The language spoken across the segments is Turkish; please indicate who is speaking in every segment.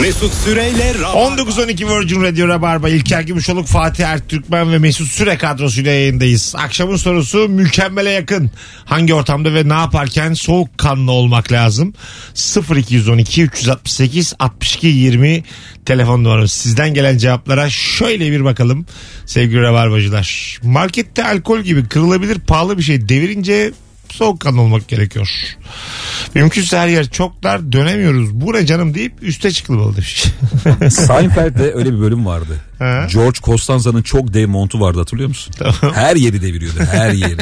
Speaker 1: Mesut Süreyle Rabarba.
Speaker 2: 19.12 Virgin Radio Rabarba İlker Gümüşoluk, Fatih Ertürkmen ve Mesut Süre kadrosuyla yayındayız. Akşamın sorusu mükemmele yakın. Hangi ortamda ve ne yaparken soğukkanlı olmak lazım? 0212 368 62 20 telefon numaramız. Sizden gelen cevaplara şöyle bir bakalım sevgili Rabarbacılar. Markette alkol gibi kırılabilir pahalı bir şey devirince soğukkanlı olmak gerekiyor. Mümkünse her yer çok dar dönemiyoruz. Bu ne canım deyip üste çıkılmalı demiş.
Speaker 3: Seinfeld'de öyle bir bölüm vardı.
Speaker 2: Ha?
Speaker 3: George Costanza'nın çok dev montu vardı hatırlıyor musun? Her yeri deviriyordu her yeri.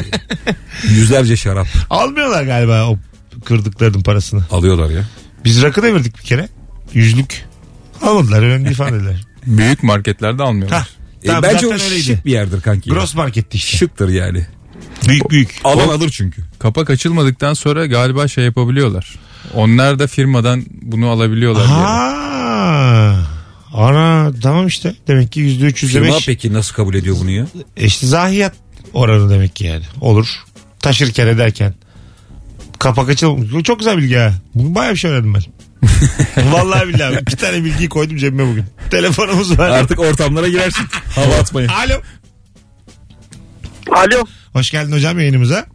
Speaker 3: Yüzlerce şarap
Speaker 2: Almıyorlar galiba o kırdıklarının parasını.
Speaker 3: alıyorlar ya.
Speaker 2: Biz rakı devirdik bir kere. Yüzlük. Almadılar önemli değil falan dediler.
Speaker 4: Büyük marketlerde almıyorlar.
Speaker 2: Hah.
Speaker 3: E,
Speaker 2: Tamam,
Speaker 3: bence
Speaker 2: zaten
Speaker 3: o şık bir yerdir kanki. ya.
Speaker 2: Gross marketti işte.
Speaker 3: Şıktır yani.
Speaker 2: Büyük büyük.
Speaker 3: Alan alır çünkü.
Speaker 4: Kapak açılmadıktan sonra galiba şey yapabiliyorlar. Onlar da firmadan bunu alabiliyorlar. diye.
Speaker 2: Ha. Ana tamam işte. Demek ki yüzde üç yüzde
Speaker 3: Firma
Speaker 2: beş.
Speaker 3: peki nasıl kabul ediyor bunu ya?
Speaker 2: E İşte zahiyat oranı demek ki yani. Olur. Taşırken ederken. Kapak açılmamış. Bu Çok güzel bilgi ha. Bugün bayağı bir şey öğrendim ben. Vallahi billahi. İki tane bilgiyi koydum cebime bugün. Telefonumuz var.
Speaker 3: Artık ortamlara girersin. Hava atmayın.
Speaker 2: Alo.
Speaker 5: Alo.
Speaker 2: Hoş geldin hocam yayınımıza.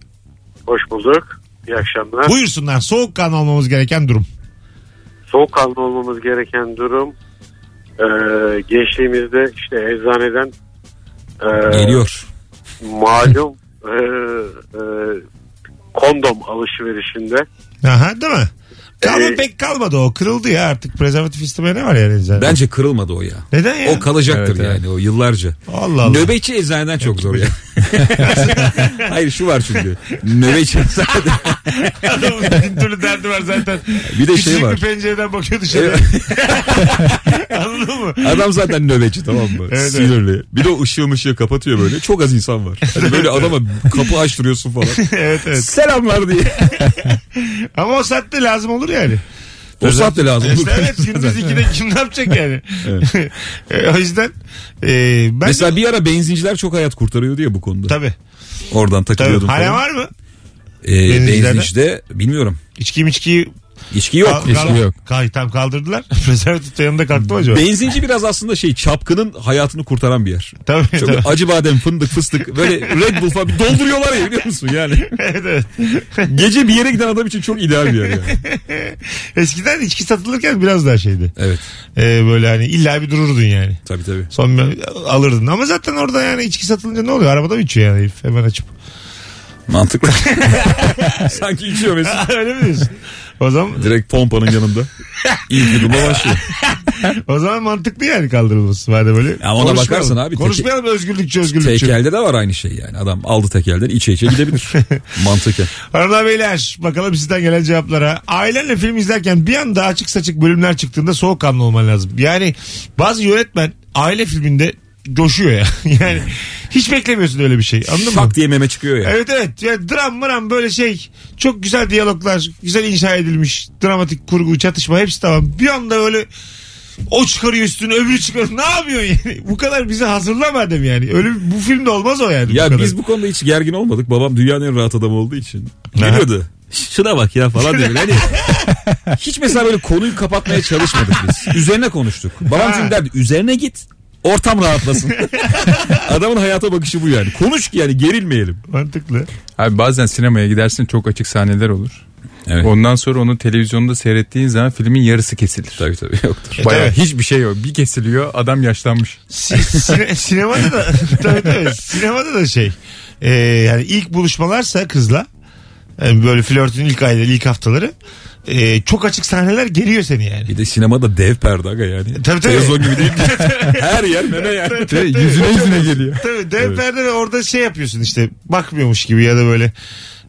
Speaker 5: Hoş bulduk. İyi akşamlar.
Speaker 2: Buyursunlar. Soğukkanlı olmamız gereken durum.
Speaker 5: Soğukkanlı olmamız gereken durum e, gençliğimizde işte eczaneden e,
Speaker 3: Geliyor.
Speaker 5: malum e, e, kondom alışverişinde
Speaker 2: Aha değil mi? Kalma
Speaker 5: Ee,
Speaker 2: pek kalmadı o. Kırıldı ya artık. Prezervatif istemeye ne var yani zaten?
Speaker 3: Bence kırılmadı o ya.
Speaker 2: Neden ya?
Speaker 3: O kalacaktır
Speaker 4: Evet, evet.
Speaker 3: yani o yıllarca.
Speaker 2: Allah Allah.
Speaker 3: Nöbetçi eczaneden çok zor ya. Hayır şu var çünkü. Nöbetçi eczaneden.
Speaker 2: Adamın bin türlü derdi var zaten.
Speaker 3: Bir de şey
Speaker 2: Küçücük
Speaker 3: var.
Speaker 2: bir pencereden bakıyor dışarı. Anladın mı?
Speaker 3: Adam zaten nöbetçi tamam mı?
Speaker 2: evet.
Speaker 3: Sinirli. Bir de o ışığı mışığı kapatıyor böyle. Çok az insan var. Hani böyle adama kapı açtırıyorsun falan.
Speaker 2: evet evet.
Speaker 3: Selamlar diye.
Speaker 2: Ama o saatte lazım olur yani.
Speaker 3: O saatte lazım.
Speaker 2: İşte evet gündüz ikide kim ne yapacak yani? E, o yüzden e, ben Mesela...
Speaker 3: Mesela bir ara benzinciler çok hayat kurtarıyordu ya bu konuda.
Speaker 2: Tabii.
Speaker 3: Oradan
Speaker 2: tabii.
Speaker 3: takılıyordum
Speaker 2: Hala
Speaker 3: falan.
Speaker 2: var mı?
Speaker 3: Ee,
Speaker 2: Benzincilerde?
Speaker 3: benzincide bilmiyorum.
Speaker 2: İçki mi içki?
Speaker 3: İçki yok.
Speaker 4: içki yok.
Speaker 2: Kay, tam kaldırdılar. Prezervatif de yanında kalktı mı acaba?
Speaker 3: Benzinci biraz aslında şey çapkının hayatını kurtaran bir yer.
Speaker 2: Tabii
Speaker 3: Çok
Speaker 2: tabii.
Speaker 3: acı badem, fındık, fıstık böyle Red Bull falan bir dolduruyorlar ya biliyor musun yani.
Speaker 2: evet, evet.
Speaker 3: Gece bir yere giden adam için çok ideal bir yer yani.
Speaker 2: Eskiden içki satılırken biraz daha şeydi.
Speaker 3: Evet
Speaker 2: Ee, böyle hani illa bir dururdun yani.
Speaker 3: tabii tabii.
Speaker 2: Son bir- alırdın. Ama zaten orada yani içki satılınca ne oluyor? Arabada mı içiyor yani herif hemen açıp.
Speaker 3: Mantıklı. Sanki içiyor mesela.
Speaker 2: Öyle mi diyorsun? O zaman,
Speaker 3: Direkt pompanın yanında. İlk yudumla başlıyor.
Speaker 2: o zaman mantıklı yani kaldırılması madem öyle.
Speaker 3: Ya ona
Speaker 2: Konuşmayalım.
Speaker 3: bakarsın abi.
Speaker 2: Konuşmayalım özgürlükçü özgürlükçü.
Speaker 3: Teykelde de var aynı şey yani. Adam aldı tekelden içe içe gidebilir. Mantıken.
Speaker 2: Hanımlar beyler bakalım sizden gelen cevaplara. Ailenle film izlerken bir anda açık saçık bölümler çıktığında soğukkanlı olman lazım. Yani bazı yönetmen aile filminde coşuyor ya. Yani hiç beklemiyorsun öyle bir şey. Anladın mı?
Speaker 3: Şak diye meme çıkıyor ya.
Speaker 2: Evet evet. Ya dram mram böyle şey. Çok güzel diyaloglar. Güzel inşa edilmiş. Dramatik kurgu, çatışma hepsi tamam. Bir anda öyle o çıkarıyor üstüne öbürü çıkarıyor. Ne yapıyorsun yani? Bu kadar bizi hazırlamadım yani. Öyle bu filmde olmaz o yani.
Speaker 3: Ya
Speaker 2: kadar.
Speaker 3: biz bu konuda hiç gergin olmadık. Babam dünyanın en rahat adamı olduğu için. Geliyordu. Şuna bak ya falan dedi. Hani hiç mesela böyle konuyu kapatmaya çalışmadık biz. Üzerine konuştuk. Babam şimdi derdi üzerine git. Ortam rahatlasın. Adamın hayata bakışı bu yani. Konuş ki yani gerilmeyelim.
Speaker 2: Mantıklı.
Speaker 4: Abi bazen sinemaya gidersin çok açık sahneler olur.
Speaker 3: Evet.
Speaker 4: Ondan sonra onu televizyonda seyrettiğin zaman filmin yarısı kesilir.
Speaker 3: Tabii tabii yoktur.
Speaker 4: Bayağı
Speaker 2: E, tabii.
Speaker 4: hiçbir şey yok. Bir kesiliyor adam yaşlanmış.
Speaker 2: Si- sine- sinemada da tabii tabii. Sinemada da şey. Ee, yani ilk buluşmalarsa kızla yani böyle flörtün ilk ayları, ilk haftaları ee, çok açık sahneler geliyor seni yani.
Speaker 3: Bir de sinemada dev perde aga yani.
Speaker 2: E, Tabii, tabii.
Speaker 3: Televizyon gibi değil. Her yer meme yani.
Speaker 4: yüzüne yüzüne geliyor.
Speaker 2: Tabii dev perde ve orada şey yapıyorsun işte bakmıyormuş gibi ya da böyle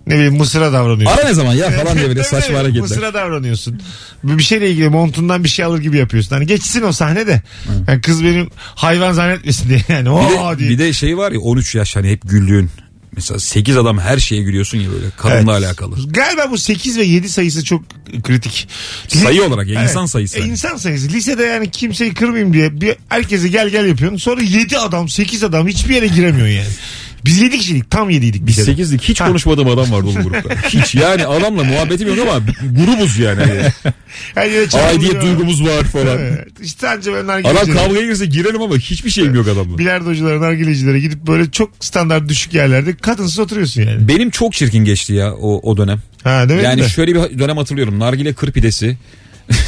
Speaker 2: ne bileyim mısıra davranıyorsun.
Speaker 3: Ara ne zaman ya falan diye böyle
Speaker 2: Tabii,
Speaker 3: saçma
Speaker 2: tabii.
Speaker 3: hareketler.
Speaker 2: Mısıra davranıyorsun. Bir bir şeyle ilgili montundan bir şey alır gibi yapıyorsun. Hani geçsin o sahne de. Yani kız benim hayvan zannetmesin diye yani.
Speaker 3: Bir de,
Speaker 2: Oo diye.
Speaker 3: bir de şey var ya 13 yaş hani hep güldüğün. Mesela 8 adam her şeye gülüyorsun ya böyle kadınla
Speaker 2: Evet.
Speaker 3: alakalı.
Speaker 2: Galiba bu 8 ve 7 sayısı çok kritik.
Speaker 3: Sayı olarak ya
Speaker 2: Evet.
Speaker 3: insan sayısı.
Speaker 2: E,
Speaker 3: hani.
Speaker 2: insan sayısı. Lisede yani kimseyi kırmayayım diye bir herkese gel gel yapıyorsun. Sonra 7 adam, 8 adam hiçbir yere giremiyorsun yani. Biz 7 kişiydik. Tam 7'ydik bir
Speaker 3: Biz
Speaker 2: kere.
Speaker 3: sekizdik. Hiç konuşmadığım adam vardı oğlum grupta. Hiç yani adamla muhabbetim yok ama grubuz yani. hani.
Speaker 2: Her yere
Speaker 3: Aidiyet
Speaker 2: çarpılıyor.
Speaker 3: duygumuz var falan.
Speaker 2: Evet. İşte anca ben nargile
Speaker 3: Adam
Speaker 2: içerim.
Speaker 3: kavgaya girse girelim ama hiçbir şeyim yok adamla.
Speaker 2: Bilardoculara, nargilecilere gidip böyle çok standart düşük yerlerde kadınsız oturuyorsun yani.
Speaker 3: Benim çok çirkin geçti ya o, o dönem.
Speaker 2: Ha değil mi?
Speaker 3: Yani şöyle bir dönem hatırlıyorum. Nargile kır pidesi.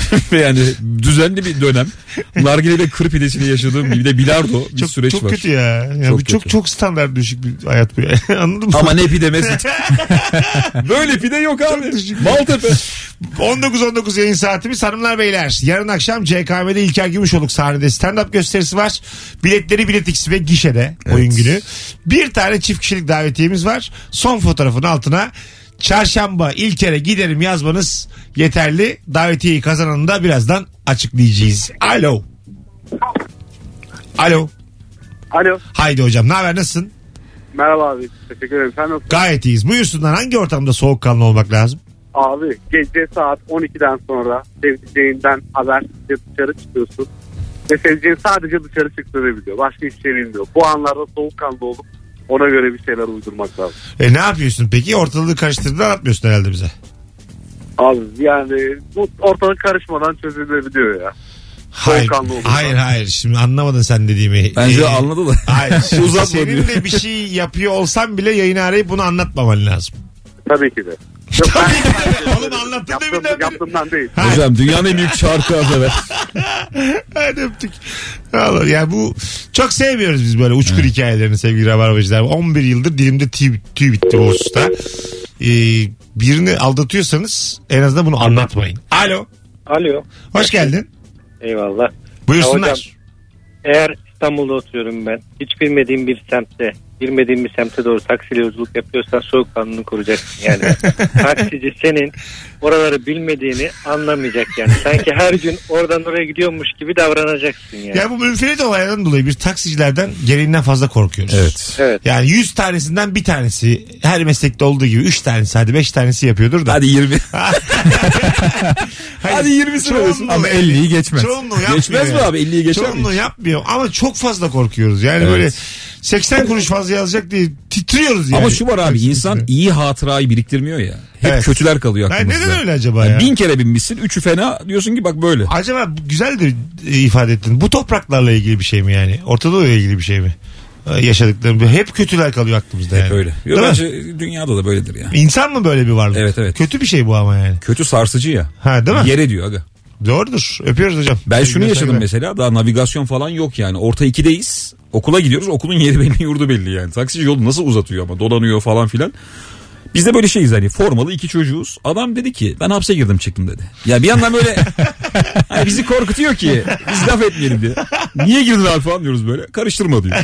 Speaker 3: yani düzenli bir dönem. Nargile ve kır pidesini yaşadığım bir de bilardo bir
Speaker 2: çok,
Speaker 3: süreç
Speaker 2: çok
Speaker 3: var.
Speaker 2: kötü ya. ya
Speaker 3: Çok
Speaker 2: bu çok
Speaker 3: kötü.
Speaker 2: çok standart düşük bir hayat bu ya. Anladın mı?
Speaker 3: Ama ne pide Mesut. Böyle pide yok abi.
Speaker 2: düşük.
Speaker 3: Maltepe.
Speaker 2: 19-19 yayın saatimiz hanımlar beyler. Yarın akşam CKM'de İlker Gümüşoluk sahnede stand-up gösterisi var. Biletleri Bilet X ve gişede oyun günü. Bir tane çift kişilik davetiyemiz var. Son fotoğrafın altına çarşamba İlker'e giderim yazmanız yeterli. Davetiyeyi kazananı da birazdan açıklayacağız. Alo. Alo.
Speaker 5: Alo.
Speaker 2: Haydi hocam ne haber nasılsın?
Speaker 5: Merhaba abi. Teşekkür ederim. Sen nasılsın?
Speaker 2: Gayet iyiyiz. Buyursunlar hangi ortamda soğukkanlı olmak lazım?
Speaker 5: Abi gece saat 12'den sonra sevdiceğinden habersizce dışarı çıkıyorsun. Ve sevdiceğin sadece dışarı çıktığını biliyor. Başka hiçbir şey bilmiyor. Bu anlarda soğukkanlı olup ona göre bir şeyler uydurmak lazım.
Speaker 2: E ne yapıyorsun peki? Ortalığı karıştırdığını anlatmıyorsun herhalde bize.
Speaker 5: Abi yani bu ortalık karışmadan çözülebiliyor ya.
Speaker 2: Hayır,
Speaker 5: Soğukkanlı olursa.
Speaker 2: hayır hayır şimdi anlamadın sen dediğimi.
Speaker 3: Bence
Speaker 2: Ee,
Speaker 3: anladı da.
Speaker 2: Hayır şimdi
Speaker 3: Uzatma
Speaker 2: senin
Speaker 3: diyor.
Speaker 2: de bir şey yapıyor olsan bile yayını arayıp bunu anlatmaman lazım.
Speaker 5: Tabii ki de. Yok, ben-
Speaker 2: Oğlum anlattın
Speaker 5: Yaptığım-
Speaker 2: deminden beri.
Speaker 5: Yaptığımdan değil.
Speaker 3: Hocam dünyanın en büyük çarkı az evvel.
Speaker 2: Hadi öptük. Allah ya bu çok sevmiyoruz biz böyle uçkur hikayelerini sevgili rabarbacılar. 11 yıldır dilimde tüy, tüy bitti bu hususta. Ee, birini aldatıyorsanız en azından bunu anlatmayın. Alo.
Speaker 1: Alo.
Speaker 2: Hoş geldin.
Speaker 1: Eyvallah.
Speaker 2: Buyursunlar.
Speaker 1: Ya hocam, Eğer İstanbul'da oturuyorum ben, hiç bilmediğim bir semtte, girmediğim bir semte doğru taksiyle yolculuk yapıyorsan soğukkanlılığını koruyacaksın yani. Taksici senin oraları bilmediğini anlamayacak yani. Sanki her gün oradan oraya gidiyormuş gibi davranacaksın yani.
Speaker 2: ya bu münferit olaydan dolayı biz taksicilerden gereğinden fazla korkuyoruz.
Speaker 3: Evet.
Speaker 1: Evet.
Speaker 2: Yani 100 tanesinden bir tanesi her meslekte olduğu gibi 3 tanesi hadi 5 tanesi yapıyordur da.
Speaker 3: Hadi 20. hadi 20'si
Speaker 2: çoğunluğu,
Speaker 4: Ama 50'yi geçmez.
Speaker 2: çoğunluğu yapmıyor.
Speaker 3: Geçmez mi
Speaker 2: yani.
Speaker 3: abi? 50'yi geçer mi?
Speaker 2: Çoğunluğu yapmıyor ama çok fazla korkuyoruz. Yani
Speaker 3: Evet.
Speaker 2: böyle 80 kuruş fazla yazacak diye titriyoruz yani.
Speaker 3: Ama şu var abi insan iyi hatırayı biriktirmiyor ya. Hep
Speaker 2: Evet.
Speaker 3: kötüler kalıyor
Speaker 2: Yani
Speaker 3: aklımızda.
Speaker 2: neden öyle acaba ya?
Speaker 3: Yani bin kere binmişsin, üçü fena diyorsun ki bak böyle.
Speaker 2: Acaba güzel de ifade ettin. Bu topraklarla ilgili bir şey mi yani? Orta Doğu'yla ilgili bir şey mi? Ee, Yaşadıklarım. Hep kötüler kalıyor aklımızda yani.
Speaker 3: Hep öyle. Yo,
Speaker 2: Değil mi?
Speaker 3: bence dünyada da böyledir ya.
Speaker 2: İnsan mı böyle bir varlık?
Speaker 3: Evet, evet.
Speaker 2: Kötü bir şey bu ama yani.
Speaker 3: Kötü sarsıcı ya.
Speaker 2: Ha değil mi?
Speaker 3: Yere diyor aga.
Speaker 2: Doğrudur. Öpüyoruz hocam.
Speaker 3: Ben şunu
Speaker 2: Sevgiler,
Speaker 3: yaşadım
Speaker 2: saygılar.
Speaker 3: mesela daha navigasyon falan yok yani. Orta 2'deyiz. Okula gidiyoruz. Okulun yeri belli yurdu belli yani. Taksici yolu nasıl uzatıyor ama dolanıyor falan filan. Biz de böyle şeyiz hani formalı iki çocuğuz. Adam dedi ki ben hapse girdim çıktım dedi. Ya bir yandan böyle hani bizi korkutuyor ki biz laf etmeyelim diye. Niye girdin abi falan diyoruz böyle. Karıştırma diyor.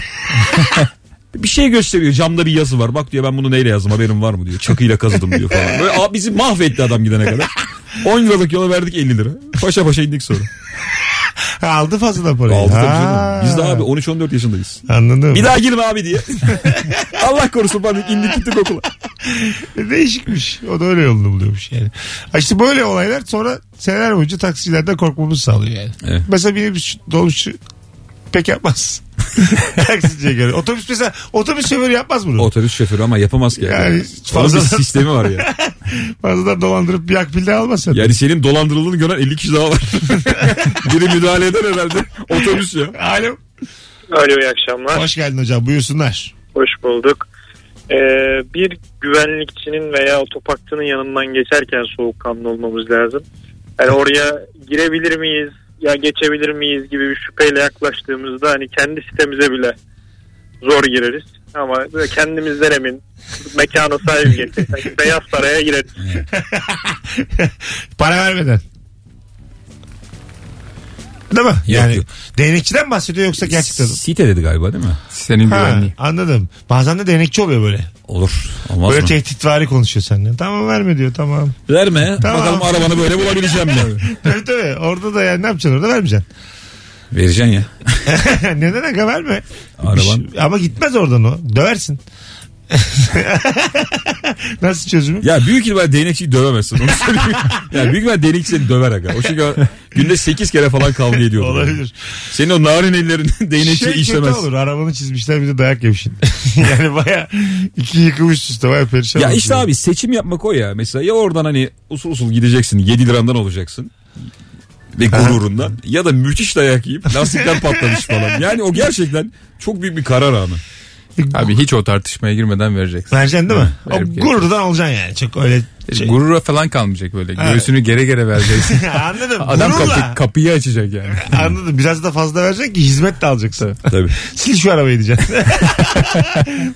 Speaker 3: bir şey gösteriyor camda bir yazı var. Bak diyor ben bunu neyle yazdım haberin var mı diyor. Çakıyla kazıdım diyor falan. Böyle "Aa, bizi mahvetti adam gidene kadar. 10 liralık yola verdik 50 lira. Paşa paşa indik sonra.
Speaker 2: Ha, Aldı fazladan parayı.
Speaker 3: Aldı tabii
Speaker 2: Ha.
Speaker 3: canım. Biz de abi 13-14 yaşındayız.
Speaker 2: Anladım.
Speaker 3: Bir daha girme abi diye. Allah korusun bana indik gittik okula.
Speaker 2: E, Değişikmiş. O da öyle yolunu buluyormuş yani. Ha İşte böyle olaylar sonra seneler boyunca taksicilerden korkmamızı sağlıyor yani.
Speaker 3: Evet.
Speaker 2: Mesela minibüs dolmuşçu pek yapmaz. Taksiciye göre. Otobüs mesela otobüs şoförü yapmaz bunu.
Speaker 3: Otobüs şoförü ama yapamaz ki.
Speaker 2: Yani
Speaker 3: Yani fazla
Speaker 2: fazla-
Speaker 3: bir sistemi var ya.
Speaker 2: Fazladan dolandırıp bir akbilde almasın.
Speaker 3: Yani senin dolandırıldığını gören 50 kişi daha var. Biri müdahale eder herhalde. Otobüs ya.
Speaker 2: Alo.
Speaker 6: Alo iyi akşamlar.
Speaker 2: Hoş geldin hocam buyursunlar.
Speaker 6: Hoş bulduk. Ee, bir güvenlikçinin veya otoparkçının yanından geçerken soğukkanlı olmamız lazım. Yani oraya girebilir miyiz ya geçebilir miyiz gibi bir şüpheyle yaklaştığımızda hani kendi sitemize bile zor gireriz. Ama böyle kendimizden emin mekana sahip gerçekten beyaz saraya gireriz.
Speaker 2: Para vermeden. Değil mi? yani
Speaker 3: yok.
Speaker 2: değnekçiden mi bahsediyor yoksa gerçekten.
Speaker 3: Site dedi galiba değil mi?
Speaker 4: Senin
Speaker 2: Ha,
Speaker 4: güvenliği.
Speaker 2: anladım. Bazen de değnekçi oluyor böyle.
Speaker 3: Olur. Olmaz
Speaker 2: Böyle şey-
Speaker 3: mı?
Speaker 2: tehditvari konuşuyor seninle. Tamam verme diyor tamam.
Speaker 3: Verme.
Speaker 2: Tamam.
Speaker 3: Bakalım arabanı böyle bulabileceğim mi?
Speaker 2: Tabii tabii. Orada da yani ne yapacaksın orada vermeyeceksin.
Speaker 3: Vereceksin ya.
Speaker 2: Neden aga verme.
Speaker 3: Araban.
Speaker 2: şey- Ama gitmez oradan o. Döversin. Nasıl çözümü?
Speaker 3: Ya büyük ihtimal değnekçiyi dövemezsin. Onu söyleyeyim. ya büyük ihtimal değnekçi seni döver aga. O çünkü günde 8 kere falan kavga ediyor.
Speaker 2: Olabilir.
Speaker 3: Senin o narin ellerin değnekçi
Speaker 2: şey
Speaker 3: işlemez.
Speaker 2: kötü olur. Arabanı çizmişler bir de dayak yemişsin. yani baya iki yıkılmış üstü baya perişan.
Speaker 3: Ya
Speaker 2: olmuş.
Speaker 3: işte abi seçim yapmak o ya. Mesela ya oradan hani usul usul gideceksin 7 lirandan olacaksın. Ve gururundan. ya da müthiş dayak yiyip lastikler patlamış falan. Yani o gerçekten çok büyük bir karar anı.
Speaker 4: Abi hiç o tartışmaya girmeden vereceksin.
Speaker 2: Vereceksin değil mi?
Speaker 4: Evet, verip E,
Speaker 2: o gururdan olacaksın yani. Çok öyle şey.
Speaker 4: Gurura falan kalmayacak böyle.
Speaker 2: Evet.
Speaker 4: Göğsünü gere gere vereceksin.
Speaker 2: Anladım.
Speaker 4: Adam
Speaker 2: gururla.
Speaker 4: kapı, kapıyı açacak yani.
Speaker 2: Anladım. Biraz da fazla vereceksin ki hizmet de alacaksın.
Speaker 3: Tabii.
Speaker 2: Sil şu arabayı diyeceksin.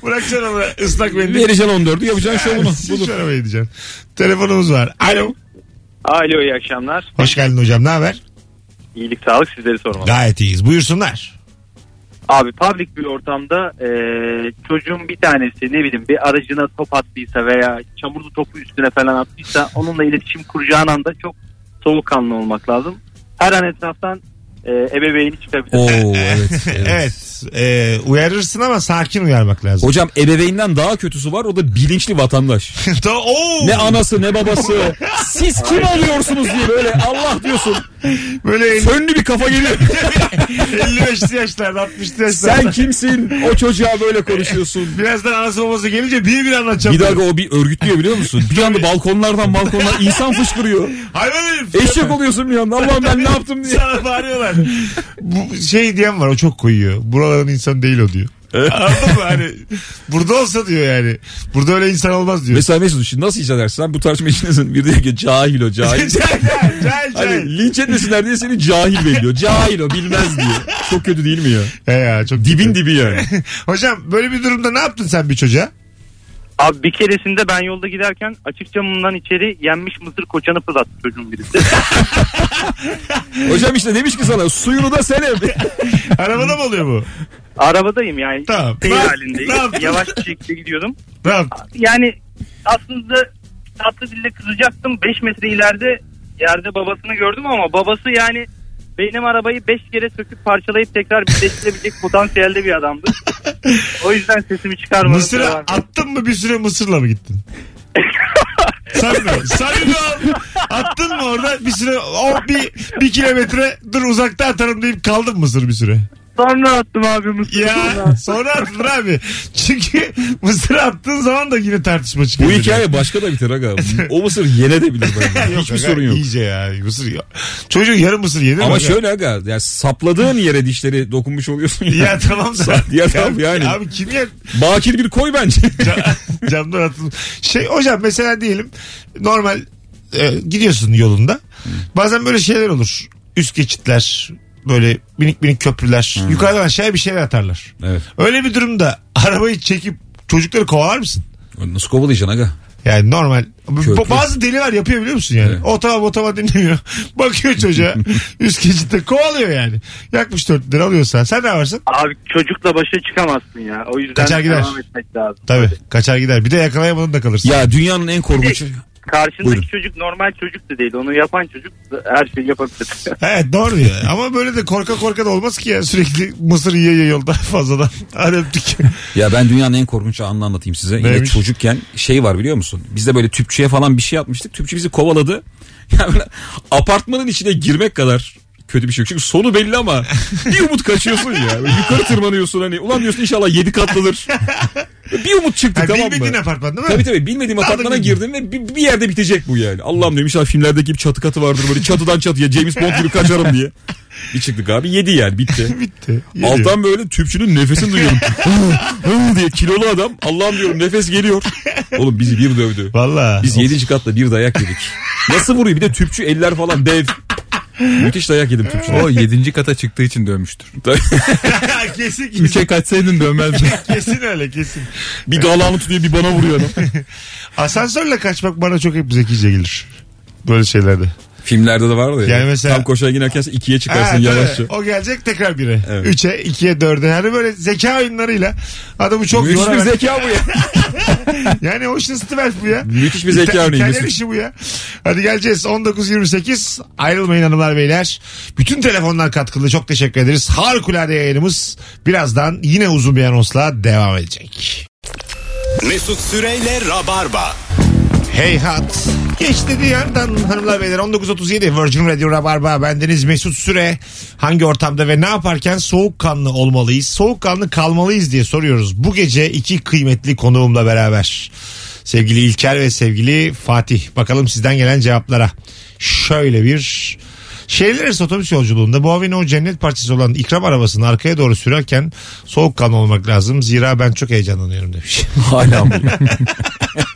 Speaker 2: Bırakacaksın onu ıslak mendil.
Speaker 3: Vereceksin 14'ü yapacaksın şovunu.
Speaker 2: Sil şu arabayı diyeceksin. Telefonumuz var. Alo.
Speaker 6: Alo iyi akşamlar.
Speaker 2: Hoş geldin hocam. Ne haber?
Speaker 6: İyilik sağlık sizleri sormalı.
Speaker 2: Gayet iyiyiz. Buyursunlar.
Speaker 6: Abi public bir ortamda e, çocuğun bir tanesi ne bileyim bir aracına top attıysa veya çamurlu topu üstüne falan attıysa onunla iletişim kuracağın anda çok soğukkanlı olmak lazım. Her an etraftan e, ebeveyni çıkabilir.
Speaker 3: Oo evet.
Speaker 2: Evet. Ee, uyarırsın ama sakin uyarmak lazım.
Speaker 3: Hocam ebeveynden daha kötüsü var o da bilinçli vatandaş.
Speaker 2: Ta- Oo!
Speaker 3: Ne anası ne babası. Siz kim alıyorsunuz diye böyle Allah diyorsun.
Speaker 2: Böyle elli-
Speaker 3: Fönlü bir kafa geliyor.
Speaker 2: 55'li yaşlarda 60'lı yaşlarda.
Speaker 3: Sen kimsin? O çocuğa böyle konuşuyorsun.
Speaker 2: Birazdan anası babası gelince bir bir anlatacağım.
Speaker 3: Bir dakika o bir örgütlüyor biliyor musun? Bir anda balkonlardan balkonlar insan fışkırıyor.
Speaker 2: Hayvan herif.
Speaker 3: Eşek oluyorsun bir anda. Allah'ım ben ne yaptım diye.
Speaker 2: Sana bağırıyorlar. Bu şey diyen var o çok koyuyor. Buraların insan değil o diyor. Anladın mı? Hani burada olsa diyor yani. Burada öyle insan olmaz diyor.
Speaker 3: Mesela Mesut şimdi nasıl hissedersin? Sen bu tartışma içindesin. Bir diyor ki cahil o cahil.
Speaker 2: cahil cahil cahil.
Speaker 3: hani linç etmesinler diye seni cahil belliyor. Cahil o bilmez diye. Çok kötü değil mi ya?
Speaker 2: He ya, çok
Speaker 3: Dibin dibi yani.
Speaker 2: Hocam böyle bir durumda ne yaptın sen bir çocuğa?
Speaker 6: Abi bir keresinde ben yolda giderken açık camından içeri yenmiş mısır koçanı fırlattı çocuğun birisi.
Speaker 3: Hocam işte demiş ki sana suyunu da sen ev.
Speaker 2: Arabada mı oluyor bu?
Speaker 6: Arabadayım yani.
Speaker 2: Tamam.
Speaker 6: Seyir
Speaker 2: Ne yap-
Speaker 6: halindeyim.
Speaker 2: ne yaptın?
Speaker 6: Yavaş bir şekilde gidiyordum.
Speaker 2: Ne yaptın?
Speaker 6: yani tatlı tatlı dille kızacaktım. 5 metre ileride yerde babasını gördüm ama babası yani benim arabayı 5 kere söküp parçalayıp tekrar birleştirebilecek potansiyelde bir adamdı. O yüzden sesimi çıkarmadım.
Speaker 2: Mısır'a
Speaker 6: Devam et.
Speaker 2: attın mı bir süre Mısır'la mı gittin? Sanmıyorum. Sanmıyorum. Attın mı orada bir süre o bir, bir kilometre dur uzakta atarım deyip kaldın Mısır bir süre.
Speaker 6: Sonra attım abi mısırı.
Speaker 2: Ya sonra attın abi. Çünkü Mısır'a attığın zaman da yine tartışma çıkıyor.
Speaker 3: Bu hikaye başka da biter aga. O mısır yenebilir bence.
Speaker 2: Yok
Speaker 3: Hiçbir
Speaker 2: aga,
Speaker 3: sorun yok.
Speaker 2: İyice ya. Mısır ya. Çocuk yarım mısır yedi mi?
Speaker 3: Ama
Speaker 2: aga?
Speaker 3: şöyle aga ya sapladığın yere dişleri dokunmuş oluyorsun ya.
Speaker 2: Ya tamam da.
Speaker 3: Sa- ya tamam yani.
Speaker 2: Abi kim yer?
Speaker 3: Bakir bir koy bence.
Speaker 2: Ca- camdan atılmış. Şey hocam mesela diyelim normal e, gidiyorsun yolunda. Bazen böyle şeyler olur. Üst geçitler böyle minik minik köprüler.
Speaker 3: Hmm.
Speaker 2: Yukarıdan aşağıya bir şeyler atarlar.
Speaker 3: evet.
Speaker 2: Öyle bir durumda arabayı çekip çocukları kovalar mısın?
Speaker 3: Nasıl kovalayacaksın aga?
Speaker 2: Yani normal. Bu-
Speaker 3: Köprü.
Speaker 2: Bazı deli var yapıyor biliyor musun yani?
Speaker 3: Evet.
Speaker 2: Otava botava dinlemiyor. Bakıyor çocuğa. üst geçitte kovalıyor yani. Yakmış 4 lira alıyorsan. Sen ne varsın?
Speaker 6: Abi çocukla başa çıkamazsın ya. O yüzden
Speaker 2: Kaçar gider.
Speaker 6: devam etmek lazım.
Speaker 2: Tabii. Kaçar gider. Bir de yakalayamadın da kalırsın.
Speaker 3: Ya dünyanın en korkunç.
Speaker 6: Karşındaki
Speaker 3: Buyurun.
Speaker 6: çocuk normal çocuk da değil. Onu yapan çocuk her şeyi yapabilir.
Speaker 2: Evet doğru ya. Ama böyle de korka korka da olmaz ki ya. Sürekli mısır yiye yiye yolda fazladan. Hadi öptük.
Speaker 3: Ya ben dünyanın en korkunç anını anlatayım size. Yine
Speaker 2: Neymiş?
Speaker 3: çocukken şey var biliyor musun? Biz de böyle tüpçüye falan bir şey atmıştık. Tüpçü bizi kovaladı. Yani böyle apartmanın içine girmek kadar kötü bir şey yok. Çünkü sonu belli ama bir umut kaçıyorsun ya. Böyle yukarı tırmanıyorsun hani. Ulan diyorsun inşallah yedi katlıdır. Bir umut çıktı
Speaker 2: Yani
Speaker 3: tamam
Speaker 2: bilmediğin
Speaker 3: mı?
Speaker 2: apartman değil mi?
Speaker 3: Tabii tabii bilmediğim
Speaker 2: Aldın
Speaker 3: apartmana girdim
Speaker 2: girdin.
Speaker 3: ve bir, bir yerde bitecek bu yani. Allah'ım diyorum inşallah filmlerdeki bir çatı katı vardır böyle çatıdan çatıya James Bond gibi kaçarım diye. Bir çıktık abi yedi yani bitti.
Speaker 2: Bitti. Yedi.
Speaker 3: Alttan böyle tüpçünün nefesini duyuyorum. Hı, hı diye kilolu adam Allah'ım diyorum nefes geliyor. Oğlum bizi bir dövdü.
Speaker 2: Valla.
Speaker 3: Biz yedinci katta bir dayak yedik. Nasıl vuruyor bir de tüpçü eller falan dev. Müthiş dayak yedim tüpçüden.
Speaker 4: O 7. kata çıktığı için dövmüştür.
Speaker 2: kesin kesin.
Speaker 4: Üçe kaçsaydın dövmezdin.
Speaker 2: kesin öyle kesin.
Speaker 3: bir dalağını tutuyor bir bana vuruyor adam.
Speaker 2: Asansörle kaçmak bana çok hep zekice gelir. Böyle şeylerde.
Speaker 3: Filmlerde de vardı ya.
Speaker 2: Yani mesela-
Speaker 3: Tam koşar giderken ikiye
Speaker 2: Ha,
Speaker 3: çıkarsın
Speaker 2: Ee, tabii.
Speaker 3: yavaşça.
Speaker 2: O gelecek tekrar bire.
Speaker 3: Evet.
Speaker 2: Üçe, ikiye, dörde. Yani böyle zeka oyunlarıyla adamı çok
Speaker 3: Müthiş bir
Speaker 2: yorarak.
Speaker 3: zeka bu ya.
Speaker 2: Yani Ocean Stivers bu ya.
Speaker 3: Müthiş bir zeka örneği
Speaker 2: İtalyan
Speaker 3: Mesut.
Speaker 2: işi bu ya. Hadi geleceğiz 19.28 ayrılmayın hanımlar beyler. Bütün telefonlar katkılı çok teşekkür ederiz. Harikulade yayınımız birazdan yine uzun bir anonsla devam edecek.
Speaker 7: Mesut Süreyle Rabarba.
Speaker 2: Heyhat. Geçti diyardan hanımlar beyler 19.37 Virgin Radio Rabarba bendeniz Mesut Süre hangi ortamda ve ne yaparken soğukkanlı olmalıyız soğukkanlı kalmalıyız diye soruyoruz bu gece iki kıymetli konuğumla beraber sevgili İlker ve sevgili Fatih bakalım sizden gelen cevaplara şöyle bir Şehirler arası otobüs yolculuğunda Boğavin'e o cennet parçası olan ikram arabasını arkaya doğru sürerken soğukkanlı olmak lazım. Zira ben çok heyecanlanıyorum demiş.
Speaker 3: Hala mı?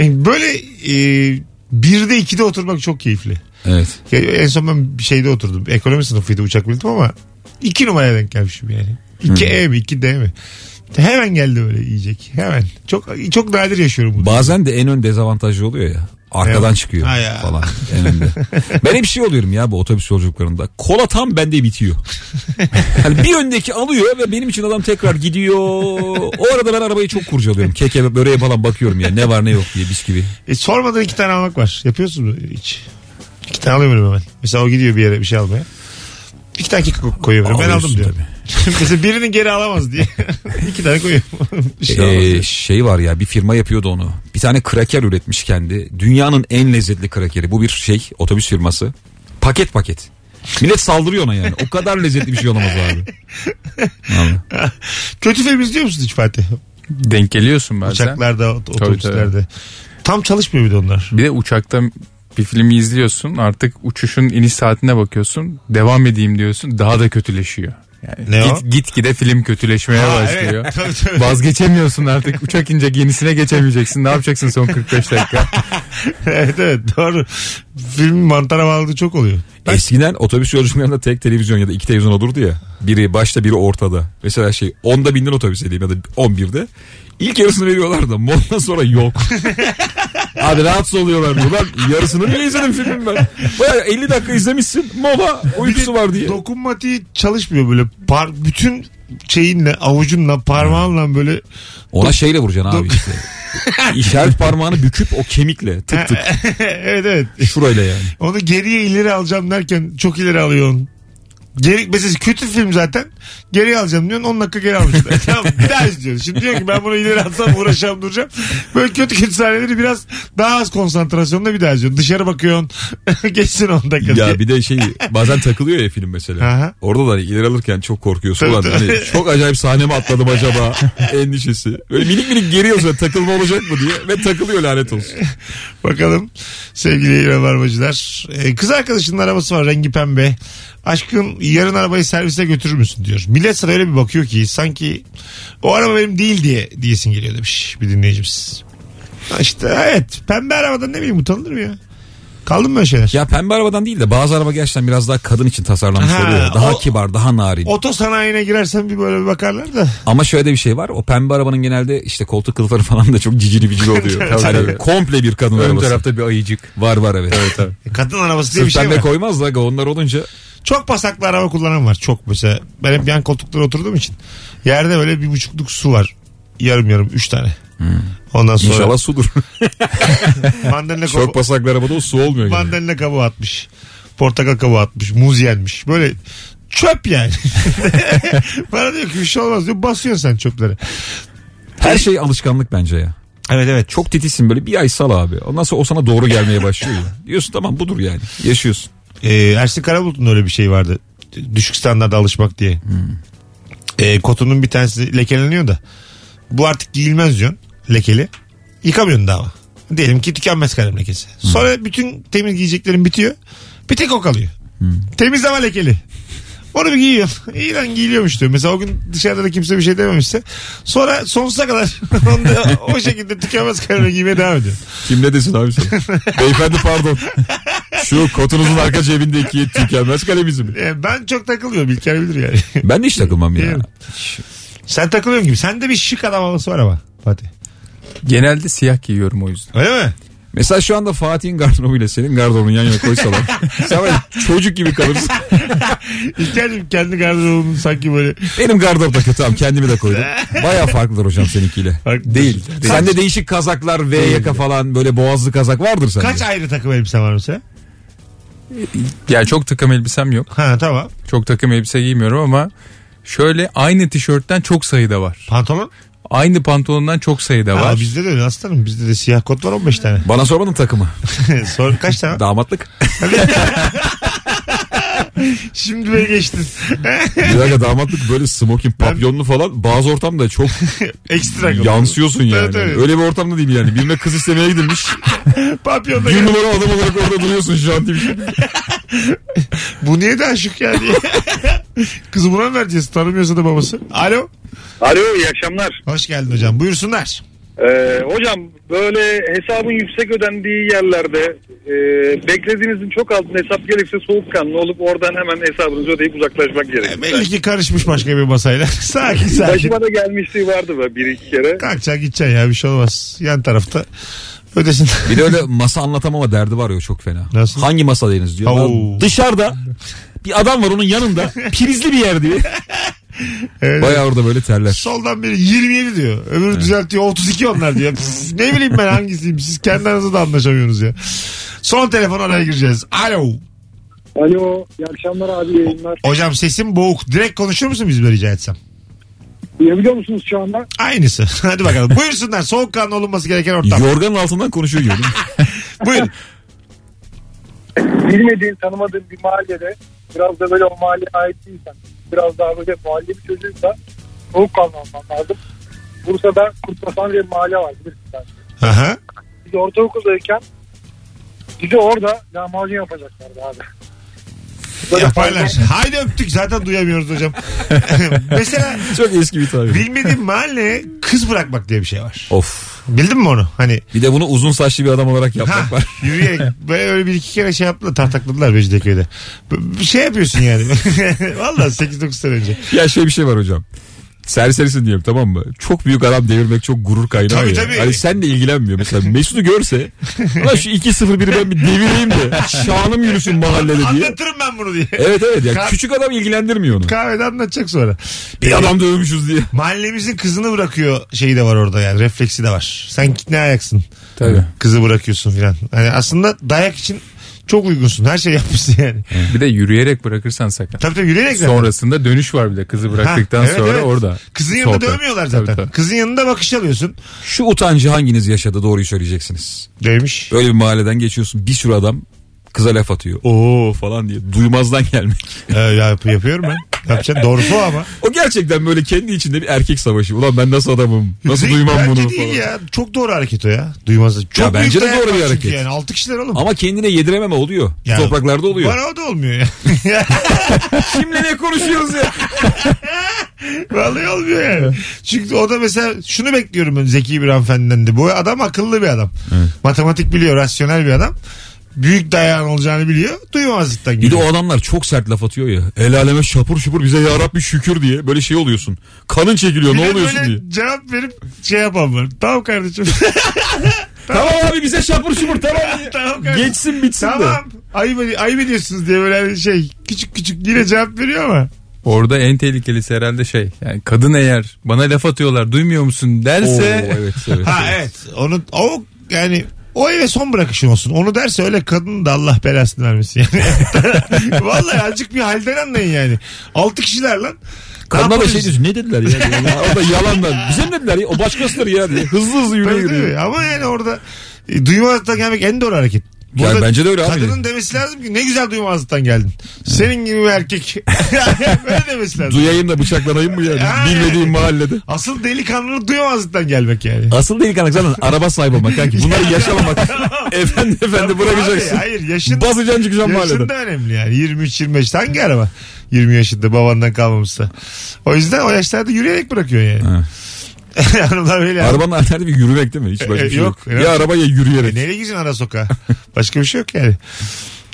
Speaker 2: Böyle e, birde ikide oturmak çok keyifli.
Speaker 3: evet.
Speaker 2: Ya En son ben bir şeyde oturdum. Ekonomi sınıfıydı uçak biletim ama iki numaraya denk gelmişim yani. İki E mi iki D mi? Hemen geldi böyle yiyecek. Hemen. Çok çok nadir yaşıyorum bunu.
Speaker 3: Bazen de en ön dezavantajlı oluyor ya. Arkadan
Speaker 2: Evet.
Speaker 3: çıkıyor
Speaker 2: Ha ya.
Speaker 3: falan en önde. ben hep şey oluyorum ya bu otobüs yolculuklarında. Kola tam bende bitiyor. Yani bir öndeki alıyor ve benim için adam tekrar gidiyor. O arada ben arabayı çok kurcalıyorum. Keke böreğe falan bakıyorum ya ne var ne yok diye bisküvi.
Speaker 2: E, sormadan iki tane almak var. Yapıyorsun mu hiç? İki tane alıyorum hemen. Mesela o gidiyor bir yere bir şey almaya. İki tane kek koyuyorum. Ben
Speaker 3: Alıyorsun
Speaker 2: aldım diyor. Mesela birini geri alamaz diye. iki tane koyuyorum. bir şey alamaz
Speaker 3: Ee,
Speaker 2: diye.
Speaker 3: şey var ya bir firma yapıyordu onu. Bir tane kraker üretmiş kendi. Dünyanın en lezzetli krakeri. Bu bir şey otobüs firması. Paket paket. Millet saldırıyor ona yani. O kadar lezzetli bir şey olamaz abi. Vallahi.
Speaker 2: Kötü film izliyor musun hiç Fatih?
Speaker 4: Denk geliyorsun bazen.
Speaker 2: Uçaklarda, ot-
Speaker 4: tabii.
Speaker 2: otobüslerde. Tam çalışmıyor bir de onlar.
Speaker 4: Bir de uçakta bir filmi izliyorsun artık uçuşun iniş saatine bakıyorsun devam edeyim diyorsun daha da kötüleşiyor. Yani
Speaker 2: Ne o?
Speaker 4: git, gide film kötüleşmeye
Speaker 2: Ha,
Speaker 4: başlıyor.
Speaker 2: evet. Tabii, tabii.
Speaker 4: Vazgeçemiyorsun artık uçak inecek yenisine geçemeyeceksin ne yapacaksın son 45 dakika.
Speaker 2: evet evet doğru. Film mantara bağladığı çok oluyor.
Speaker 3: Eskiden otobüs yolculuklarında tek televizyon ya da iki televizyon olurdu ya. Biri başta biri ortada. Mesela şey 10'da bindin otobüse diyeyim ya da 11'de. İlk yarısını veriyorlar da moldan sonra yok. Abi rahatsız oluyorlar diyor. Ben yarısını bile izledim filmin ben. Baya 50 dakika izlemişsin. Mola uykusu var diye.
Speaker 2: Dokunmatiği çalışmıyor böyle. Par bütün şeyinle, avucunla, parmağınla böyle
Speaker 3: Ona şeyle vuracaksın abi işte. İşaret parmağını büküp o kemikle tık tık
Speaker 2: evet evet.
Speaker 3: şurayla yani.
Speaker 2: Onu geriye ileri alacağım derken çok ileri alıyorsun. Geri, mesela kötü film zaten. Geri alacağım diyorsun 10 dakika geri almışlar. tamam bir daha izliyorsun. Şimdi diyor ki ben bunu ileri atsam uğraşacağım duracağım. Böyle kötü kötü sahneleri biraz daha az konsantrasyonla bir daha izliyorsun. Dışarı bakıyorsun. Geçsin 10 dakika diye.
Speaker 3: Ya bir de şey bazen takılıyor ya film mesela.
Speaker 2: Aha.
Speaker 3: Orada da hani ileri alırken çok korkuyorsun.
Speaker 2: Tabii,
Speaker 3: Ulan
Speaker 2: tabii.
Speaker 3: hani çok acayip sahne mi atladım acaba endişesi. Böyle minik minik geriyorsun takılma olacak mı diye ve takılıyor lanet olsun.
Speaker 2: Bakalım sevgili rabarbacılar. Ee, kız arkadaşının arabası var rengi pembe. Aşkım yarın arabayı servise götürür müsün diyor. Millet sana öyle bir bakıyor ki sanki o araba benim değil diye diyesin geliyor demiş bir dinleyicimiz. Ha İşte evet pembe arabadan ne bileyim utanılır mı ya? Kaldı mı böyle şeyler?
Speaker 3: Ya pembe arabadan değil de bazı araba gerçekten biraz daha kadın için tasarlanmış
Speaker 2: Ha,
Speaker 3: oluyor. Daha
Speaker 2: o-
Speaker 3: kibar, daha narin.
Speaker 2: Oto sanayine girersen bir böyle bir bakarlar da.
Speaker 3: Ama şöyle de bir şey var. O pembe arabanın genelde işte koltuk kılıfları falan da çok cicili bicili oluyor.
Speaker 4: Tabii,
Speaker 3: Hani
Speaker 4: tabii.
Speaker 3: komple bir kadın
Speaker 4: Ön
Speaker 3: arabası.
Speaker 4: tarafta bir ayıcık.
Speaker 3: Var var evet. evet,
Speaker 2: E, Kadın arabası diye
Speaker 3: Sırf
Speaker 2: bir şey
Speaker 3: pembe
Speaker 2: var.
Speaker 3: koymaz da onlar olunca
Speaker 2: Çok pasaklı araba kullanan var. Çok mesela. Ben hep yan koltuklara oturduğum için. Yerde böyle bir buçukluk su var. Yarım yarım. Üç tane. Ondan sonra.
Speaker 3: inşallah sudur.
Speaker 2: Mandalina kabuğu,
Speaker 3: Çok pasaklı arabada o su olmuyor. yani.
Speaker 2: mandalina kabuğu atmış. Portakal kabuğu atmış. Muz yenmiş. Böyle çöp yani. Bana diyor ki bir şey olmaz diyor. Basıyorsun sen çöpleri.
Speaker 3: Her şey alışkanlık bence ya.
Speaker 2: Evet evet.
Speaker 3: Çok titizsin böyle bir ay sal abi. Ondan sonra o sana doğru gelmeye başlıyor. ya. Diyorsun tamam budur yani. Yaşıyorsun.
Speaker 2: Ee, Ersin Karabulut'un öyle bir şey vardı. Düşük standarda alışmak diye. Ee, kotunun bir tanesi lekeleniyor da. Bu artık giyilmez diyorsun. Lekeli. Yıkamıyorsun daha ama. Diyelim ki tükenmez kalem lekesi. Sonra bütün temiz giyeceklerin bitiyor. Bir tek o kalıyor. Temiz ama lekeli. Onu bir giyiyorsun. İyi lan giyiliyormuş diyor. Mesela o gün dışarıda da kimse bir şey dememişse. Sonra sonsuza kadar onu da o şekilde tükenmez kalemle giymeye devam ediyor.
Speaker 3: Kim ne desin abi sen? Beyefendi pardon. Şu kotunuzun arka cebindeki tükenmez kalem izimi.
Speaker 2: Ee, ben çok takılmıyorum. İlker bilir yani.
Speaker 3: Ben de hiç takılmam ya.
Speaker 2: Değil mi? Sen takılıyorsun gibi. Sende bir şık adam havası var ama Fatih.
Speaker 4: Genelde siyah giyiyorum o yüzden.
Speaker 2: Öyle mi?
Speaker 3: Mesela şu anda Fatih'in gardırobuyla senin gardırobun yan yana koysalar. sen böyle çocuk gibi kalırsın.
Speaker 2: İlker'cim kendi gardırobunu sanki böyle.
Speaker 3: Benim gardırop da kötü abi kendimi de koydum. Baya farklıdır hocam seninkiyle.
Speaker 2: Farklıdır.
Speaker 3: Değil. Sende değişik kazaklar V yaka falan böyle boğazlı kazak vardır sende.
Speaker 2: Kaç ayrı takım elbisen var mesela?
Speaker 4: Yani çok takım elbisem yok.
Speaker 2: Ha tamam.
Speaker 4: Çok takım elbise giymiyorum ama şöyle aynı tişörtten çok sayıda var.
Speaker 2: Pantolon?
Speaker 4: Aynı pantolondan çok sayıda var.
Speaker 2: Aa, bizde de öyle aslanım. Bizde de siyah kot var 15 tane.
Speaker 3: Bana sormadın takımı.
Speaker 2: Sonra kaç tane?
Speaker 3: Damatlık.
Speaker 2: Şimdi beni geçtin.
Speaker 3: Bir dakika damatlık böyle smoking papyonlu falan bazı ortamda çok
Speaker 2: Ekstra.
Speaker 3: yansıyorsun yani.
Speaker 2: Evet, evet.
Speaker 3: Öyle bir ortamda değil yani. Birine kız istemeye gidilmiş.
Speaker 2: Papyonla
Speaker 3: Bir
Speaker 2: gel.
Speaker 3: numara adam olarak orada duruyorsun şu an. şey.
Speaker 2: Bu niye daha şık yani? Kızı buna mı vereceğiz? Tanımıyorsa da babası. Alo.
Speaker 5: Alo iyi akşamlar.
Speaker 2: Hoş geldin hocam. Buyursunlar.
Speaker 5: Ee, hocam böyle hesabın yüksek ödendiği yerlerde e, beklediğinizin çok altında hesap gelirse soğukkanlı olup oradan hemen hesabınızı ödeyip uzaklaşmak gerekir.
Speaker 2: E, Belli ki karışmış başka bir masayla. sakin sakin.
Speaker 5: Başıma da gelmişliği vardı be bir iki kere.
Speaker 2: Kalkacaksın gideceksin ya bir şey olmaz. Yan tarafta ödesin.
Speaker 3: Bir de öyle masa anlatamama derdi var ya o çok fena.
Speaker 2: Nasıl?
Speaker 3: Hangi masadayınız diyor.
Speaker 2: Oo.
Speaker 3: Lan dışarıda bir adam var onun yanında. Prizli bir yer diyor.
Speaker 2: Evet.
Speaker 3: Bayağı orada böyle terler.
Speaker 2: Soldan biri 27 diyor. Öbürü düzeltiyor 32 onlar diyor. Pf, ne bileyim ben hangisiyim. Siz kendi aranızda da anlaşamıyorsunuz ya. Son telefon araya gireceğiz. Alo.
Speaker 5: Alo iyi akşamlar abi yayınlar.
Speaker 2: Hocam sesim boğuk. Direkt konuşur musun bizimle rica etsem?
Speaker 5: Duyabiliyor musunuz şu anda?
Speaker 2: Aynısı. Hadi bakalım. Buyursunlar. Soğukkanlı olunması gereken ortam.
Speaker 3: Yorganın altından konuşuyor gibi. değil mi?
Speaker 2: Buyurun.
Speaker 5: Bilmediğin tanımadığın bir mahallede biraz da böyle o mahalleye ait değilsen biraz daha böyle mahalle bir çocuksa soğukkanlı olman lazım. Bursa'da Kurtbasan diye bir mahalle var bilirsin belki.
Speaker 2: Aha.
Speaker 5: Biz ortaokuldayken bizi orada lahmacun yapacaklardı abi.
Speaker 2: Yaparlar. Haydi öptük. Zaten duyamıyoruz hocam. Mesela
Speaker 3: çok eski bir tabir.
Speaker 2: bilmediğim mahalle kız bırakmak diye bir şey var.
Speaker 3: Of.
Speaker 2: Bildin mi onu? Hani
Speaker 3: Bir de bunu uzun saçlı bir adam olarak
Speaker 2: Ha,
Speaker 3: yapmak var.
Speaker 2: yürüyerek böyle öyle bir iki kere şey yaptılar tartakladılar Becidiköy'de. B- Bir şey yapıyorsun yani. Valla 8-9 sene önce.
Speaker 3: Ya şey bir şey var hocam. Serserisin diyorum tamam mı? Çok büyük adam devirmek çok gurur kaynağı
Speaker 2: Tabii,
Speaker 3: ya.
Speaker 2: tabii.
Speaker 3: Hani sen de ilgilenmiyor. Mesela Mesut'u görse "Ulan şu 2-0-1'i ben bir devireyim de şanım yürüsün mahallede diye.
Speaker 2: Anlatırım ben bunu diye.
Speaker 3: Evet evet ya
Speaker 2: Ka-
Speaker 3: küçük adam ilgilendirmiyor onu.
Speaker 2: Kahvede anlatacak sonra.
Speaker 3: Bir adam dövmüşüz diye.
Speaker 2: Mahallemizin kızını bırakıyor şeyi de var orada yani refleksi de var. Sen ne ayaksın?
Speaker 4: Tabii.
Speaker 2: Kızı bırakıyorsun filan. Hani aslında dayak için çok uygunsun. Her şey yapmışsın yani.
Speaker 4: Bir de yürüyerek bırakırsan sakat.
Speaker 2: Tabii tabii yürüyerek zaten.
Speaker 4: Sonrasında dönüş var bir de kızı
Speaker 2: Ha,
Speaker 4: bıraktıktan
Speaker 2: evet,
Speaker 4: sonra
Speaker 2: evet.
Speaker 4: orada.
Speaker 2: Kızın yanında
Speaker 4: sohbet.
Speaker 2: dövmüyorlar zaten.
Speaker 4: Tabii, tabii.
Speaker 2: Kızın yanında bakış alıyorsun.
Speaker 3: Şu utancı hanginiz yaşadı doğruyu söyleyeceksiniz.
Speaker 2: Değmiş.
Speaker 3: Öyle bir mahalleden geçiyorsun bir sürü adam kıza laf atıyor. Oo falan diye duymazdan gelmek.
Speaker 2: Ee, yap- yapıyorum ben. Yapacaksın. Doğrusu o ama.
Speaker 3: O gerçekten böyle kendi içinde bir erkek savaşı. Ulan ben nasıl adamım? Nasıl
Speaker 2: Değil,
Speaker 3: duymam
Speaker 2: bence
Speaker 3: bunu
Speaker 2: değil
Speaker 3: falan.
Speaker 2: ya. Çok doğru hareket o ya. Duymaz. Çok
Speaker 3: Ya
Speaker 2: büyük
Speaker 3: bence de
Speaker 2: dayak
Speaker 3: doğru
Speaker 2: var
Speaker 3: bir
Speaker 2: çünkü
Speaker 3: hareket.
Speaker 2: Yani 6 kişiler oğlum.
Speaker 3: Ama kendine yedirememe oluyor.
Speaker 2: Yani-
Speaker 3: Topraklarda oluyor.
Speaker 2: Bana o da olmuyor ya.
Speaker 3: Kimle ne konuşuyoruz ya?
Speaker 2: Vallahi olmuyor yani. Çünkü o da mesela şunu bekliyorum ben zeki bir hanımefendiden de. Bu adam akıllı bir adam. Matematik biliyor, rasyonel bir adam. Büyük dayağın olacağını biliyor. Duymazlıktan
Speaker 3: Bir de
Speaker 2: geliyor.
Speaker 3: o adamlar çok sert laf atıyor ya. El aleme şapur şupur bize yarabbi şükür diye. Böyle şey oluyorsun. Kanın çekiliyor
Speaker 2: Bir
Speaker 3: ne
Speaker 2: de
Speaker 3: oluyorsun
Speaker 2: böyle
Speaker 3: diye.
Speaker 2: Cevap verip şey yapalım. var. Tamam kardeşim.
Speaker 3: Tamam abi bize şapur şupur tamam. diye.
Speaker 2: tamam kardeşim.
Speaker 3: Geçsin bitsin
Speaker 2: Tamam. Ayıp, ayıp ediyorsunuz diye böyle hani şey küçük küçük yine cevap veriyor ama.
Speaker 4: Orada en tehlikelisi herhalde şey. Yani kadın eğer bana laf atıyorlar duymuyor musun
Speaker 3: de. Oo,
Speaker 4: derse
Speaker 3: evet, evet.
Speaker 2: Ha evet. Onu o yani o eve son bırakışın olsun. Onu derse öyle kadın da Allah belasını vermesin yani. Vallahi azıcık bir halden anlayın yani. Altı kişiler lan.
Speaker 3: Kadına da
Speaker 2: yapabiliriz?
Speaker 3: şey diyorsun ne dediler ya? diyor. Ya o da yalanlar. Bize mi dediler ya? O başkasıdır ya diye. Hızlı hızlı yürüye
Speaker 2: Tabii,
Speaker 3: yürüyor.
Speaker 2: tabii. Ama yani orada e, duymazlıktan gelmek en doğru hareket.
Speaker 3: Yani bence de öyle abi.
Speaker 2: Kadının demesi lazım ki ne güzel duymazlıktan geldin. Senin gibi bir erkek. Böyle demesi lazım.
Speaker 3: Duyayım da bıçaklanayım mı
Speaker 2: Ha,
Speaker 3: yani? Bilmediğim mahallede.
Speaker 2: Asıl delikanlılık duymazlıktan gelmek yani.
Speaker 3: Asıl delikanlık zaten araba sahibi olmak kanki. Bunları yaşamamak. efendi efendi bırakacaksın.
Speaker 2: Abi, hayır yaşın,
Speaker 3: Basacaksın çıkacaksın
Speaker 2: yaşın
Speaker 3: mahallede.
Speaker 2: da önemli yani. 23-25 hangi araba? 20 yaşında babandan kalmamışsa. O yüzden o yaşlarda yürüyerek bırakıyor yani. Hanımlar böyle.
Speaker 3: Arabanın alternatifi yürümek değil mi? Hiç başka
Speaker 2: E,
Speaker 3: bir şey yok.
Speaker 2: yok, evet.
Speaker 3: Ya araba ya
Speaker 2: E,
Speaker 3: yürüyerek.
Speaker 2: nereye gideceksin ara sokağa? Başka bir şey yok yani.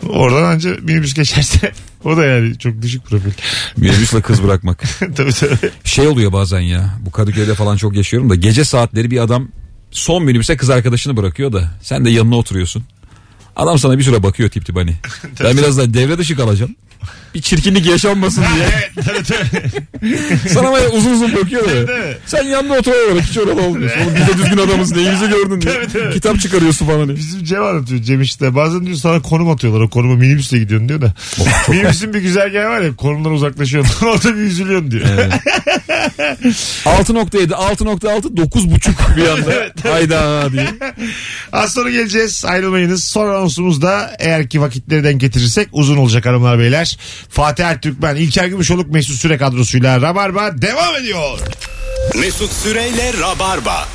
Speaker 2: Oradan anca minibüs geçerse o da yani çok düşük profil.
Speaker 3: Minibüsle kız bırakmak.
Speaker 2: tabii tabii.
Speaker 3: Şey oluyor bazen ya. Bu Kadıköy'de falan çok yaşıyorum da. Gece saatleri bir adam son minibüse kız arkadaşını bırakıyor da. Sen de yanına oturuyorsun. Adam sana bir süre bakıyor tip tip hani. ben biraz daha devre dışı kalacağım. bir çirkinlik yaşanmasın diye.
Speaker 2: Evet, tabii, tabii.
Speaker 3: Sana böyle uzun uzun bakıyor ya. Sen yanında oturarak hiç öyle olmuyorsun. Oğlum biz de düzgün adamız neyimizi gördün diye.
Speaker 2: Tabii, tabii.
Speaker 3: Kitap çıkarıyorsun falan diye.
Speaker 2: Bizim Cem anlatıyor Cem işte. Bazen diyor sana konum atıyorlar. O konuma minibüsle gidiyorsun diyor da. Minibüsün bir güzergahı var ya konumdan uzaklaşıyorsun. Orada bir üzülüyorsun diyor.
Speaker 3: 6.7, 6.6, 9.5 bir anda. Hayda diye.
Speaker 2: Az sonra geleceğiz. Ayrılmayınız. Son anonsumuz da eğer ki vakitleri denk getirirsek uzun olacak hanımlar beyler. Fatih Ertürkmen, İlker Gümüşoluk, Mesut Süre kadrosuyla Rabarba devam ediyor.
Speaker 7: Mesut Süreyle Rabarba.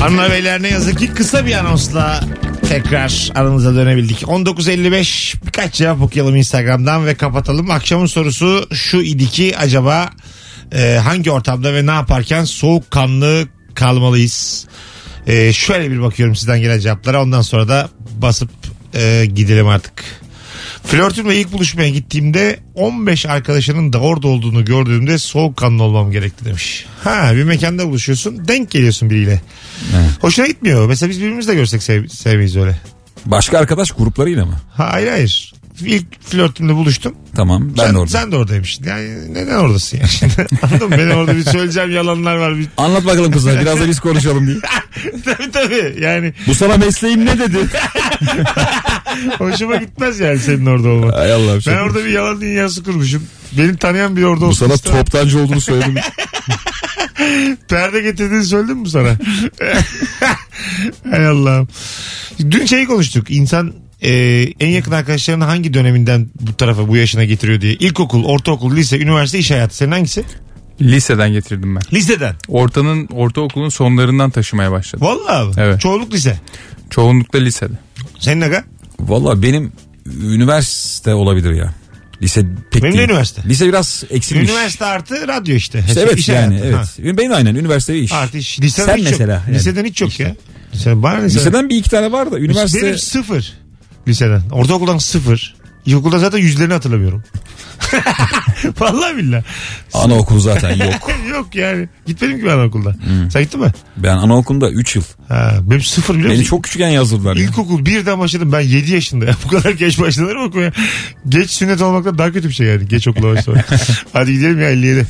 Speaker 2: Hanımlar beyler ne yazık ki kısa bir anonsla tekrar aranıza dönebildik. 19.55 birkaç cevap okuyalım Instagram'dan ve kapatalım. Akşamın sorusu şu idi ki acaba e, hangi ortamda ve ne yaparken soğukkanlı kalmalıyız? E, şöyle bir bakıyorum sizden gelen cevaplara ondan sonra da basıp e, gidelim artık. Flörtümle ilk buluşmaya gittiğimde 15 arkadaşının da orada olduğunu gördüğümde soğukkanlı olmam gerekti demiş. Ha bir mekanda buluşuyorsun denk geliyorsun biriyle. Hoşuna gitmiyor. Mesela biz birbirimizi de görsek sev, sevmeyiz öyle.
Speaker 3: Başka arkadaş gruplarıyla mı?
Speaker 2: Ha, hayır hayır. İlk flörtümle buluştum.
Speaker 3: Tamam ben
Speaker 2: sen,
Speaker 3: de orada.
Speaker 2: sen de oradaymışsın. Yani neden oradasın yani? Şimdi? Anladın mı? Benim orada bir söyleyeceğim yalanlar var. Bir...
Speaker 3: Anlat bakalım kızlar biraz da biz konuşalım diye.
Speaker 2: tabii tabii. Yani
Speaker 3: Bu sana mesleğim ne dedi?
Speaker 2: hoşuma gitmez yani senin orada olman.
Speaker 3: Ay Allah'ım.
Speaker 2: Ben
Speaker 3: şaka.
Speaker 2: orada bir yalan dünyası kurmuşum. Beni tanıyan biri orada
Speaker 3: Bu
Speaker 2: olsun.
Speaker 3: sana
Speaker 2: istemem.
Speaker 3: toptancı olduğunu söyledim.
Speaker 2: Perde getirdiğini söyledim mi sana? Hay Allah'ım. Dün şeyi konuştuk. İnsan e, en yakın arkadaşlarını hangi döneminden bu tarafa bu yaşına getiriyor diye. İlkokul, ortaokul, lise, üniversite, iş hayatı. Senin hangisi?
Speaker 4: Liseden getirdim ben.
Speaker 2: Liseden.
Speaker 4: Ortanın ortaokulun sonlarından taşımaya başladım.
Speaker 2: Vallahi. abi.
Speaker 4: Evet.
Speaker 2: Çoğunluk lise.
Speaker 4: Çoğunlukla lisede.
Speaker 2: Senin aga?
Speaker 3: Valla benim üniversite olabilir ya. Lise pek
Speaker 2: Benim de
Speaker 3: değil.
Speaker 2: üniversite.
Speaker 3: Lise biraz eksilmiş.
Speaker 2: Üniversite artı radyo işte.
Speaker 3: İşte evet
Speaker 2: İş
Speaker 3: yani
Speaker 2: hayatı. Ha.
Speaker 3: evet. Benim de aynen üniversite iş.
Speaker 2: Artı iş. Liseden
Speaker 3: Sen
Speaker 2: hiç
Speaker 3: mesela
Speaker 2: yok.
Speaker 3: yani.
Speaker 2: Liseden hiç yok ya. Liseden, bana liseden.
Speaker 3: Liseden bir iki tane var da üniversite
Speaker 2: Benim sıfır liseden. Ortaokuldan sıfır. İlkokulda zaten yüzlerini hatırlamıyorum. Vallahi billahi.
Speaker 3: anaokulu zaten yok.
Speaker 2: Yok yani. Gitmedim ki ben okulda.
Speaker 4: Hmm.
Speaker 2: Sen gittin mi?
Speaker 3: Ben anaokulunda 3 yıl.
Speaker 2: Ha, benim sıfır biliyor
Speaker 3: Beni
Speaker 2: musun?
Speaker 3: çok küçükken yazdırdılar. ya.
Speaker 2: İlkokul birden başladım ben 7 yaşında. ya. Bu kadar geç başlanır mı okumaya? Geç sünnet olmaktan daha kötü bir şey yani. Geç okula başlamak. Hadi gidelim ya 57.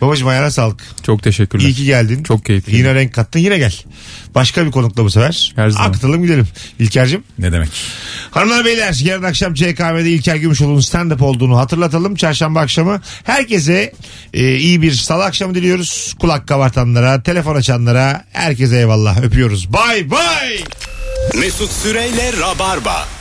Speaker 2: Babacım ayağına sağlık.
Speaker 4: Çok teşekkürler.
Speaker 2: İyi ki geldin.
Speaker 4: Çok keyifli.
Speaker 2: Yine renk kattın yine gel. Başka bir konukla bu sefer.
Speaker 4: Her zaman.
Speaker 2: Akıtalım gidelim. İlker'cim.
Speaker 3: Ne demek?
Speaker 2: Hanımlar beyler yarın akşam CKM'de İlker Gümüşoğlu'nun stand-up olduğunu hatırlatalım. Çarşamba akşamı herkese e, iyi bir salı akşamı diliyoruz. Kulak kabartanlara, telefon açanlara herkese eyvallah öpüyoruz. Bay bay.
Speaker 7: Mesut Süreyle Rabarba.